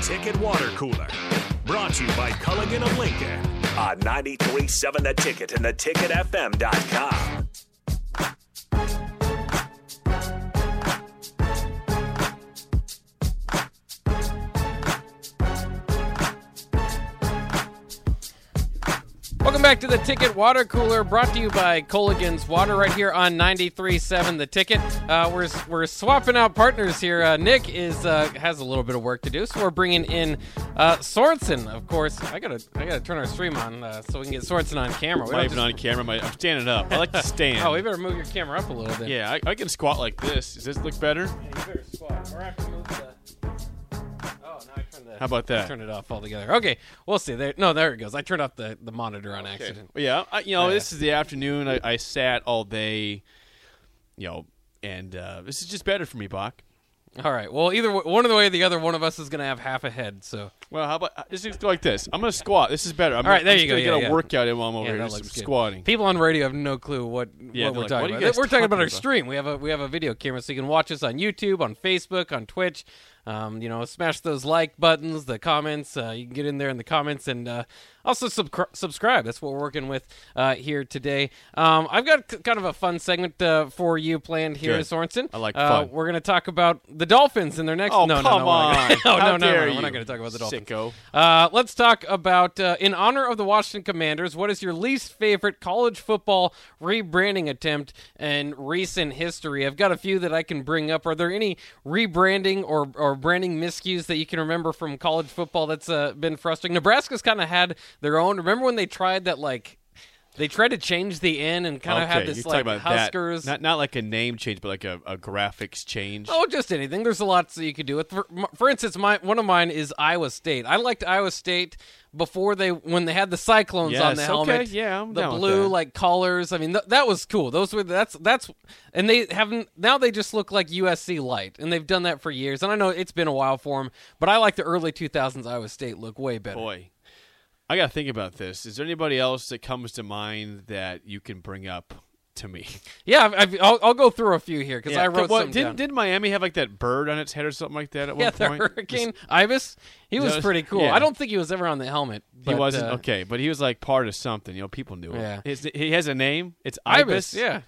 Ticket Water Cooler. Brought to you by Culligan of Lincoln on 937 The Ticket and theticketfm.com. Welcome back to the Ticket Water Cooler, brought to you by Coligan's Water, right here on 93.7 The Ticket. Uh, we're we're swapping out partners here. Uh, Nick is uh, has a little bit of work to do, so we're bringing in uh, Sorensen. Of course, I gotta I gotta turn our stream on uh, so we can get Sorensen on camera. We Not don't even just- on camera. My, I'm standing up. I like to stand. Oh, we better move your camera up a little bit. yeah, I, I can squat like this. Does this look better? you better squat. Or I have to move the. Oh, now I turned the. How about that? Turn it off altogether. Okay, we'll see. There, no, there it goes. I turned off the, the monitor on accident. Yeah, I, you know, Yeah. this is the afternoon. I, I sat all day, you know, and uh, this is just better for me, Bach. All right. Well, either w- one of the way or the other, one of us is going to have half a head. So Well, how about uh, this? Is like this. I'm gonna squat. This is better. I'm All right, there I'm you just go. Gonna Yeah, get yeah. a workout in while I'm over yeah, here. that Just looks good. squatting. People on radio have no clue what Yeah, what we're they're like, talking "What are you about. guys We're talking about talking our about? stream. We have a we have a video camera, so you can watch us on YouTube, on Facebook, on Twitch. Um, you know, smash those like buttons, the comments. Uh, you can get in there in the comments and uh, also subcr- subscribe. That's what we're working with uh, here today. Um, I've got c- kind of a fun segment uh, for you planned here, Good. Sorensen. I like Uh, fun. we're going to talk about the Dolphins in their next. Oh no, come no, no, we're on! not gonna- How no, no, no, dare no, you. We're not going to talk about the Dolphins. Sicko. Uh, let's talk about uh, in honor of the Washington Commanders. What is your least favorite college football rebranding attempt in recent history? I've got a few that I can bring up. Are there any rebranding or, or branding miscues that you can remember from college football that's uh, been frustrating? Nebraska's kind of had their own. Remember when they tried that like. They tried to change the N and kind of okay, had you're this talking like about Huskers. that. Not not like a name change, but like a, a graphics change. Oh, just anything. There's a lot that you could do with. For, for instance, my one of mine is Iowa State. I liked Iowa State before they when they had the Cyclones on Yes, the okay, helmet. yeah, I'm the down with blue that. like collars. I mean, th- that was cool. Those were that's that's and they haven't now. They just look like USC light, and they've done that for years. And I know it's been a while for them, but I like the early 2000s Iowa State look way better. Boy, I gotta think about this. Is there anybody else that comes to mind that you can bring up to me? Yeah, I've, I've, I'll, I'll go through a few here because I wrote Well, some didn't, down. didn't Miami have like that bird on its head or something like that at yeah, one the point? Hurricane Ibis. He was Just- pretty cool. yeah. I don't think he was ever on the helmet. He but, wasn't uh, okay, but he was like part of something. You know, people knew Yeah. him. His, he has a name. It's Ibis, Ibis. yeah.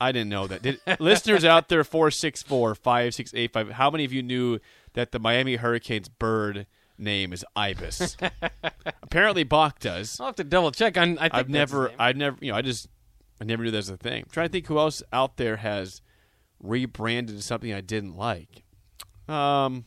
I didn't know that. Did, listeners out there, four six four five six eight five. How many of you knew that the Miami Hurricanes bird name is Ibis? Apparently, Bach does. I'll have to double check. i I think I've that's never, his name. I've never, you know, I just, I never knew that was a thing. I'm trying to think who else out there has rebranded to something I didn't like. Um,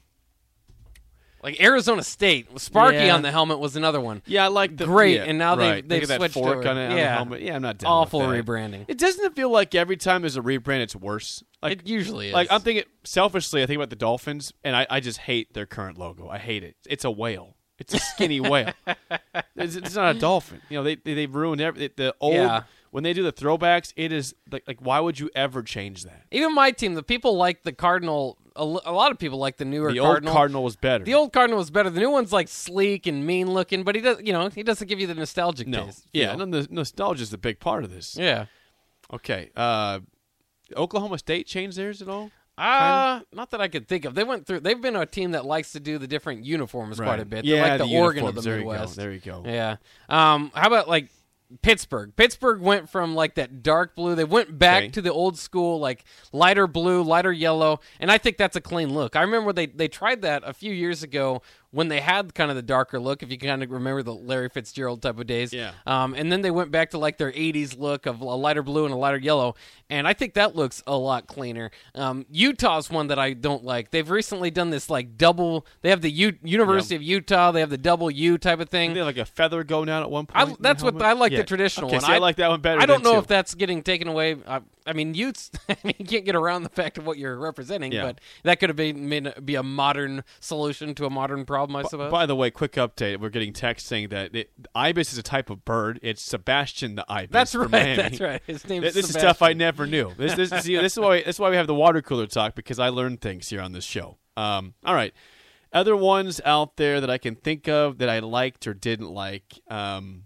like Arizona State. Sparky Yeah. on the helmet was another one. yeah, I like the Great, yeah, and now they've- right. Look they've at that switched fork over. on, it, on the Yeah. helmet. Yeah, I'm not down Awful with that. rebranding. It doesn't it feel like every time there's a rebrand, it's worse. Like it usually is. like I'm thinking selfishly, I think about the Dolphins, and I, I just hate their current logo. I hate it. It's a whale. It's a skinny whale. It's, it's not a dolphin. You know, they, they they've ruined every the old Yeah. when they do the throwbacks. It is like like why would you ever change that? Even my team, the people like the Cardinal. A, l- a lot of people like the newer The Cardinal. old Cardinal was better. The old Cardinal was better. The new one's like sleek and mean looking, but he does, you know, he doesn't give you the nostalgic no, taste. yeah, feel. no, the nostalgia is a big part of this. yeah. Okay, uh, Oklahoma State changed theirs at all? Uh, not that I could think of. They went through. They've been a team that likes to do the different uniforms quite a Right. bit. Yeah, They're like the, the Oregon of the uniforms. There you go. Midwest. There you go. Yeah. Um, how about like Pittsburgh? Pittsburgh went from like that dark blue. They went back Okay. to the old school, like lighter blue, lighter yellow, and I think that's a clean look. I remember they they tried that a few years ago when they had kind of the darker look. If you kind of remember the Larry Fitzgerald type of days. Yeah. Um, and then they went back to like their 80s look of a lighter blue and a lighter yellow. And I think that looks a lot cleaner. Um, Utah's one that I don't like. They've recently done this like double, they have the U- University of Utah, they have the double U type of thing. Didn't they have like a feather go down at one point? I, in the that's what helmet? I like Yeah. the traditional okay, one. see, I, like that one better. I don't then, know too. if that's getting taken away. I, I mean, Utes. I mean, you can't get around the fact of what you're representing, Yeah. but that could have been been- be a modern solution to a modern problem, I suppose. By the way, quick update. We're getting text saying that it, ibis is a type of bird. It's Sebastian the ibis. that's from right. Miami. That's right. His name. Th- This is stuff I never knew. This, this, see, this is why. That's why we have the water cooler talk because I learn things here on this show. Um, all right, other ones out there that I can think of that I liked or didn't like. Um,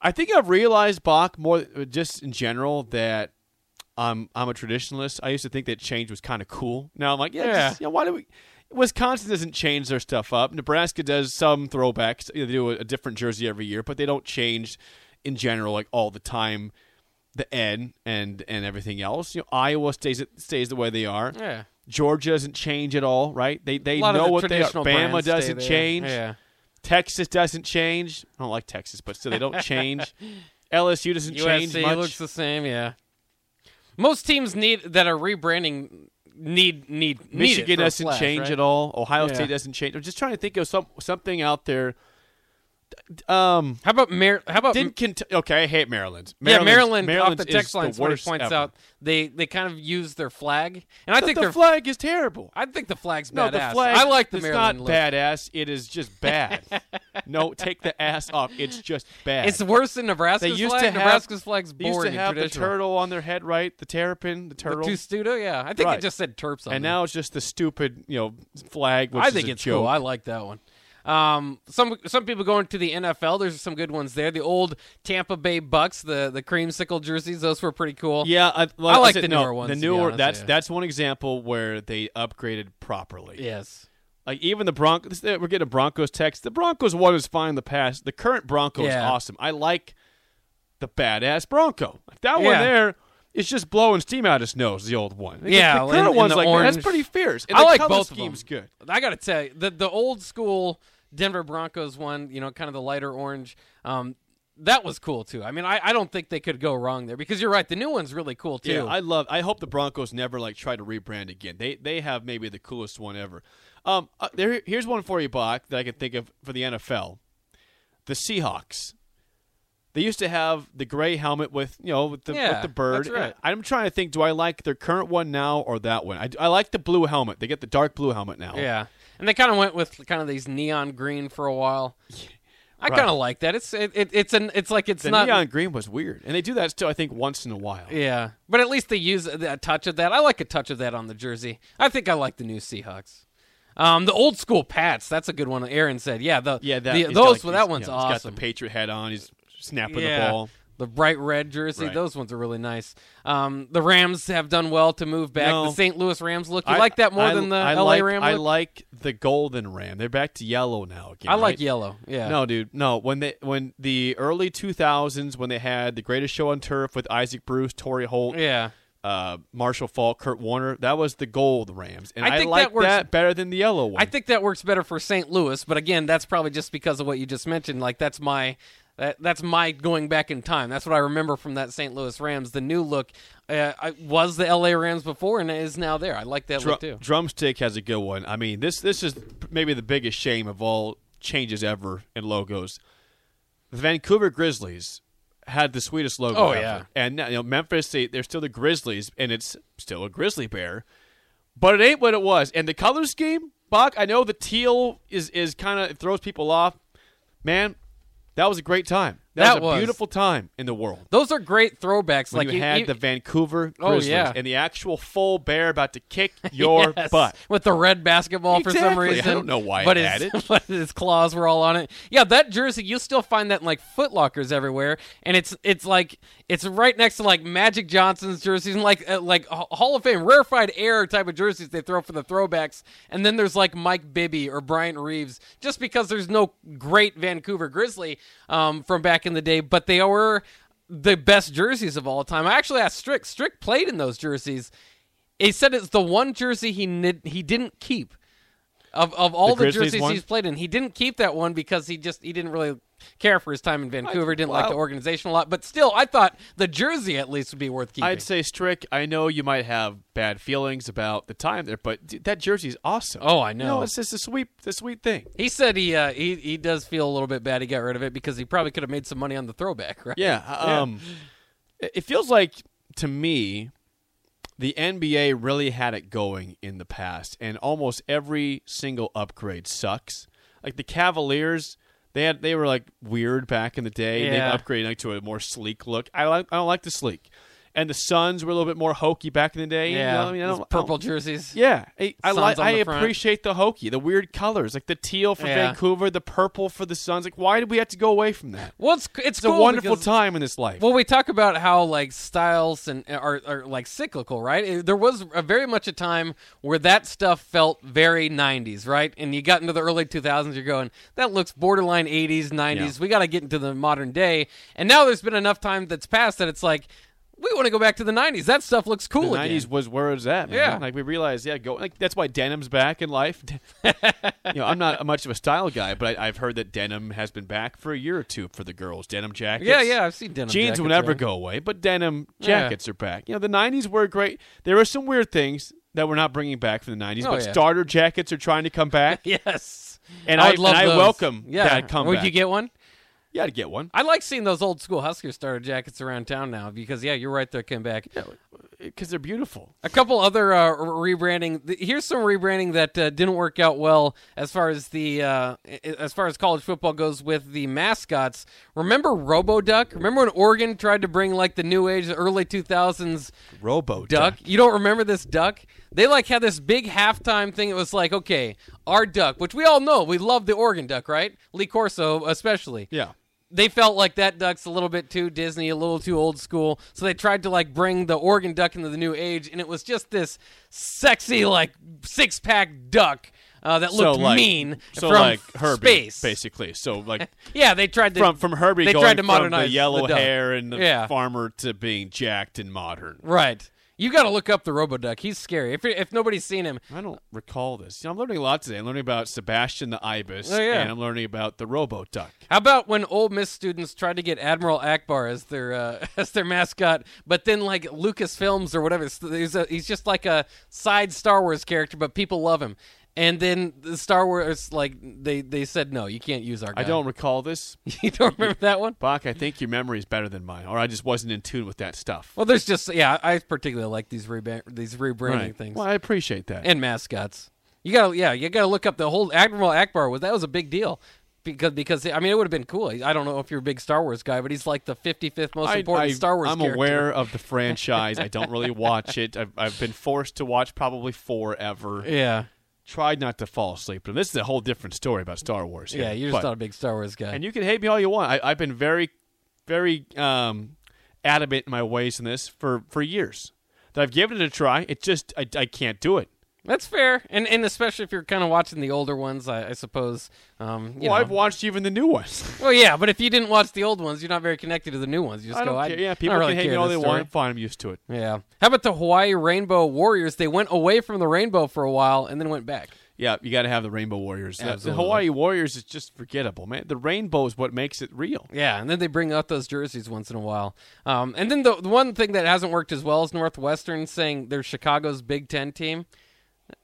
I think I've realized Bach more just in general that I'm I'm a traditionalist. I used to think that change was kind of cool. Now I'm like, yeah, Yeah. just, you know, why do we? Wisconsin doesn't change their stuff up. Nebraska does some throwbacks. You know, They do a, a different jersey every year, but they don't change in general like all the time. The N and and everything else. You know, Iowa stays stays the way they are. Yeah. Georgia doesn't change at all, right? They they A lot of know the what they are. traditional Bama brands stay doesn't there. change. Yeah. Texas doesn't change. I don't like Texas, but still they don't change. LSU doesn't change USC much. looks the same, yeah. Most teams need that are rebranding need need need it Michigan for a doesn't splash, change right? at all. Ohio Yeah. State doesn't change. I'm just trying to think of some something out there. Um, How about Mar- how about didn't Kentucky? Okay, I hate Maryland. Mm. yeah, Maryland Maryland off the text is line the somebody worst points ever. out they they kind of use their flag. And I But think the their flag is terrible. I think the flag's No, badass. the flag. I like the it's Maryland not look. badass. It is just bad. no, take the ass off. It's just bad. It's worse than Nebraska's they used flag. to have Nebraska's flag's they used boring to have and the traditional. turtle on their head, right? The terrapin, the With turtle. Testudo, yeah. I think Right. it just said Terps on and it. now it's just the stupid, you know, flag. Which I is think a it's joke. cool. I like that one. Um, some some people going to the NFL. There's some good ones there. The old Tampa Bay Bucks, the the creamsicle jerseys. Those were pretty cool. Yeah, I, well, I like that's it. the No, newer ones, The to be newer honest, that's yeah. that's one example where they upgraded properly. Yes. Like even the Broncos, we're getting a Broncos text. The Broncos one is fine in the past. The current Bronco is Yeah. awesome. I like the badass Bronco. Like that one Yeah. there is just blowing steam out his nose. The old one. Like, Yeah, the and- current and one's the like man, that's orange. pretty fierce. And I the like color both of scheme's good. I gotta tell you, the the old school Denver Broncos one, you know, kind of the lighter orange. Um, that was cool too. I mean, I, I don't think they could go wrong there because you're right. The new one's really cool too. Yeah, I love. I hope the Broncos never like try to rebrand again. They they have maybe the coolest one ever. Um, uh, there here's one for you, Bach, that I can think of for the NFL. The Seahawks. They used to have the gray helmet with you know with the Yeah, with the bird. that's right. And I'm trying to think. Do I like their current one now or that one? I, I like the blue helmet. They get the dark blue helmet now. Yeah, and they kind of went with kind of these neon green for a while. I Right. kind of like that. It's it, it, it's an it's like it's The not neon green was weird, and they do that still. I think once in a while. Yeah, but at least they use a, a touch of that. I like a touch of that on the jersey. I think I like the new Seahawks. Um, the old school Pats. That's a good one. Aaron said, "Yeah, the yeah. That, the- he's those got, like, that he's- one's yeah, He's awesome. got the Patriot hat on. He's snapping yeah. the ball. The bright red jersey, Right. those ones are really nice. Um, the Rams have done well to move back. No. The St. Louis Rams look. You like that more I- than the I LA like, Ram I look? like the golden ram. They're back to yellow now again. I like right? yellow. Yeah. No, dude, no. When they when the early two thousands when they had the greatest show on turf with Isaac Bruce, Torrey Holt, Yeah. uh, Marshall Falk, Kurt Warner, that was the gold Rams, and I I, think that like works- better than the yellow one. I think that works better for St. Louis, but again, that's probably just because of what you just mentioned. Like that's my that that's my going back in time. That's what I remember from that St. Louis Rams. The new look uh, I, was the LA Rams before, and it is now there. I like that Dru- look too. Drumstick has a good one. I mean, this this is maybe the biggest shame of all changes ever in logos. The Vancouver Grizzlies had the sweetest logo. Oh, ever. yeah. and you know, Memphis they, they're still the Grizzlies, and it's still a grizzly bear, but it ain't what it was. And the color scheme, Bach. I know the teal is is kind of throws people off. Man, that was a great time. That, That was a was. beautiful time in the world. Those are great throwbacks. When like you had the Vancouver Oh, Grizzlies yeah. and the actual full bear about to kick your Yes, butt. with the red basketball for some Exactly. I reason. don't know why but it his, had it. but his claws were all on it. Yeah, that jersey you still find that in like Footlockers everywhere, and it's it's like it's right next to like Magic Johnson's jerseys and like uh, like H- Hall of Fame rarefied air type of jerseys they throw for the throwbacks, and then there's like Mike Bibby or Brian Reeves just because there's no great Vancouver Grizzly um, from back in the day, but they were. The best jerseys of all time. I actually asked Strick. Strick played in those jerseys. He said it's the one jersey he nid, he didn't keep of of all The the, Grizzlies jerseys one? he's played in. He didn't keep that one because he just he didn't really care for his time in Vancouver. didn't like wow. the organization a lot, but still, I thought the jersey at least would be worth keeping. I'd say Strick. I know you might have bad feelings about the time there, but dude, that jersey is awesome. Oh, I You know. it's just a sweet, the sweet thing. he said he uh, he he does feel a little bit bad he got rid of it because he probably could have made some money on the throwback, right? Yeah. Um, it- it feels like to me, the NBA really had it going in the past, and almost every single upgrade sucks. Like the Cavaliers. They, had, they were like weird back in the day. Yeah. They've upgraded like, to a more sleek look. I like I don't like the sleek. and the Suns were a little bit more hokey back in the day. you know, I mean, I those don't- I don't- purple jerseys. yeah, I, I, Suns li- on I the front. appreciate the hokey, the weird colors, like the teal for Yeah. Vancouver, the purple for the Suns. Like, why did we have to go away from that? Well, it's it's, It's cool a wonderful because- time in this life. Well, we talk about how like styles and are, are like cyclical, right? It- There was a very much a time where that stuff felt very '90s, right? And you got into the early 2000s, you're going, that looks borderline '80s, '90s. Yeah. We got to get into the modern day. And now there's been enough time that's passed that it's like we want to go back to the '90s. That stuff looks cool. the again. '90s was where it was at. Man. Yeah. like we realized, yeah, go. Like that's why denim's back in life. you know, I'm not much of a style guy, but I, I've heard that denim has been back for a year or two for the girls. Denim jackets. Yeah, yeah, I've seen denim Jeans will jackets, never right? go away, but denim jackets are back. You know, the '90s were great. There are some weird things that we're not bringing back from the '90s, Oh, but yeah. starter jackets are trying to come back. Yes. And I I- would love and I those. welcome yeah. that comeback. Would you get one? Yeah, I'd get one I like seeing those old school Husker starter jackets around town now because yeah, you're right. They came back. because they're beautiful. A couple other uh, rebranding. th- Here's some rebranding that uh, didn't work out well as far as the uh, i- as far as college football goes with the mascots. Remember RoboDuck? Remember when Oregon tried to bring like the new age, the early 2000s Robo duck? You don't remember this duck? They like had this big halftime thing. It was like, okay, our duck, which we all know, we love the Oregon duck, right? Lee Corso especially Yeah. they felt like that duck's a little bit too Disney, a little too old school. So they tried to like bring the Oregon duck into the new age, and it was just this sexy like six pack duck uh, that looked so like, mean so from like Herbie, space. basically. So like Yeah, they tried to from from Herbie They going tried to from modernize the yellow duck. hair and the Yeah. farmer to being jacked and modern. Right, you got to look up the RoboDuck. He's scary. If if nobody's seen him, I don't recall this. You know, I'm learning a lot today. I'm learning about Sebastian the ibis, Oh, yeah. and I'm learning about the Robo Duck. How about when Ole Miss students tried to get Admiral Akbar as their uh, as their mascot, but then like Lucasfilms or whatever, s- he's, a, he's just like a side Star Wars character, but people love him. And then the Star Wars, like they they said, no, you can't use our. Guy. I don't recall this, you don't remember that one? Bach. I think your memory is better than mine, or I just wasn't in tune with that stuff. Well, there's just yeah, I particularly like these rebrand these rebranding Right. things Well, I appreciate that. and mascots. You gotta yeah, you gotta look up the whole Admiral Akbar was that was a big deal. Because, because I mean, it would have been cool. I don't know if you're a big Star Wars guy, but he's like the 55th most important Star Wars. I'm character. aware of the franchise. I don't really watch it. I've, I've been forced to watch probably forever. Yeah. Tried not to fall asleep. But this is a whole different story about Star Wars. here. Yeah, you're just But- not a big Star Wars guy. And you can hate me all you want. I, I've been very, very um, adamant in my ways in this for, for years. That I've given it a try. It just, I, I can't do it. That's fair. And and especially if you're kind of watching the older ones, I, I suppose. Um, you well, know. I've watched even the new ones. well, yeah, but if you didn't watch the old ones, you're not very connected to the new ones. You just I go, don't I, care. I Yeah, don't people really can hate care me all this they story. want. Fine, I'm used to it. Yeah. How about the Hawaii Rainbow Warriors? They went away from the rainbow for a while and then went back. Yeah, you got to have the Rainbow Warriors. The- The Absolutely. Hawaii Warriors is just forgettable, man. The rainbow is what makes it real. Yeah, and then they bring out those jerseys once in a while. Um, and then the, the one thing that hasn't worked as well is Northwestern saying they're Chicago's Big Ten team.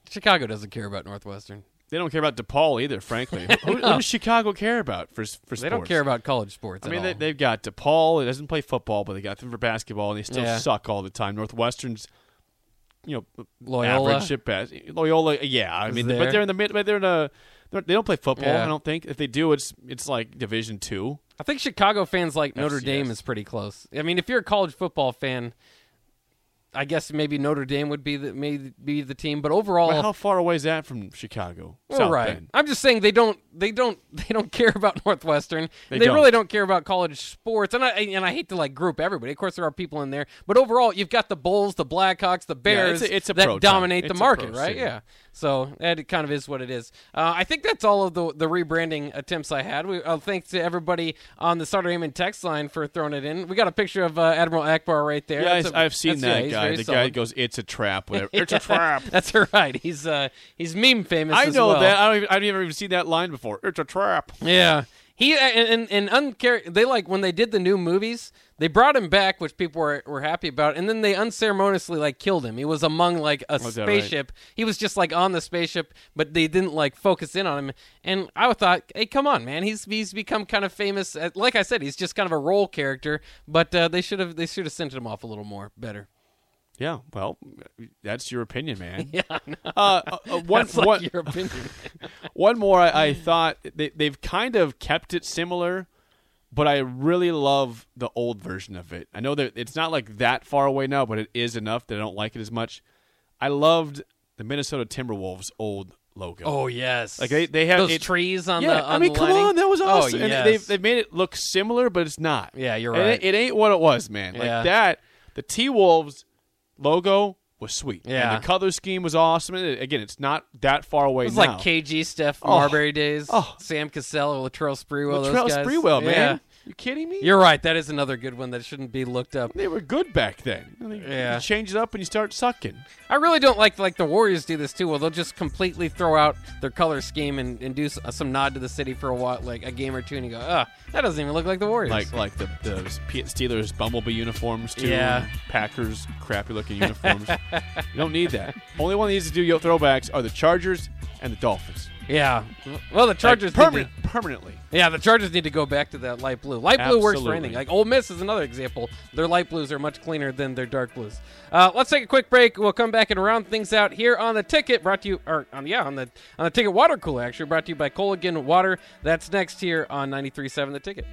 Chicago doesn't care about Northwestern. They don't care about DePaul either, frankly. who, who does Chicago care about for s- for sports? They don't care about college sports. I at mean, they, all. they've got DePaul. It doesn't play football, but they got them for basketball, and they still Yeah. suck all the time. Northwestern's, you know, Loyola. average at best. Loyola, yeah. I Is mean, there. but they're in the mid. But they're in a. They're, they don't play football. Yeah. I don't think. If they do, it's it's like Division Two. I think Chicago fans like Notre FCS. Dame is pretty close. I mean, if you're a college football fan, I guess maybe Notre Dame would be the may be the team, but overall, But how far away is that from Chicago? Well, South right. Bend. I'm just saying they don't they don't they don't care about Northwestern. They, don't. really don't care about college sports. And I and I hate to like group everybody. Of course, there are people in there, but overall, you've got the Bulls, the Blackhawks, the Yeah, Bears it's a- it's a that pro town. dominate It's the a market, pro right? city. Yeah. So that kind of is what it is. Uh, I think that's all of the the rebranding attempts I had. We uh, thanks to everybody on the Sutter Heyman text line for throwing it in. We got a picture of uh, Admiral Akbar right there. Yeah, That's a- I, I've seen that's- yeah, that he's guy. very The guy solid. that goes, "It's a trap." Whatever. It's a trap. That's right. He's uh, he's meme famous. I as know well. that. I don't. Even, I've never even seen that line before. It's a trap. Yeah. He uh, and and, and uncar- they like when they did the new movies, they brought him back, which people were, were happy about, and then they unceremoniously like killed him. He was among like a Oh, that right? spaceship. He was just like on the spaceship, but they didn't like focus in on him. And I thought, hey, come on, man, he's he's become kind of famous. Uh, Like I said, he's just kind of a role character, but uh, they should have they should have sent him off a little more better. Yeah, well, that's your opinion, man. Yeah, I know. Uh, uh, uh, one, That's like one- your opinion. one more. I, I thought they, they've kind of kept it similar, but I really love the old version of it. I know that it's not like that far away now, but it is enough that I don't like it as much. I loved the Minnesota Timberwolves old logo. Oh yes, Like, they- they have- those it- trees on yeah, the. On I mean, the come lining. on, that was awesome. Oh, And yes. they've, they've made it look similar, but it's not. Yeah, you're And right. It, it ain't what it was, man. Yeah. Like that, the T Wolves logo was sweet. And Yeah. the color scheme was awesome. And it- again, it's not that far away It was now. like KG Steph Marbury days. oh. Sam Cassell, Latrell Sprewell. Latrell those guys. Sprewell, man. Yeah. You kidding me? You're right. That is another good one that shouldn't be looked up. they were good back then. And they- Yeah. You change it up and you start sucking. I really don't like like the Warriors do this too. Well, they'll just completely throw out their color scheme and, and do s- uh, some nod to the city for a while, like a game or two, and you go, ah, that doesn't even look like the Warriors. Like like the, the P- Steelers bumblebee uniforms too. Yeah. and Packers crappy looking uniforms. you don't need that. Only one that needs to do yo throwbacks are the Chargers and the Dolphins. yeah. Well, the Like, Chargers need permanent, to- permanently. yeah, the Chargers need to go back to that light blue. Light blue works for Absolutely. anything. Like Ole Miss is another example. Their light blues are much cleaner than their dark blues. Uh, let's take a quick break. We'll come back and round things out here on the ticket. Brought to you, or on yeah, on the on the ticket water cooler. Actually, brought to you by Coligan Water. That's next here on 93.7 The Ticket.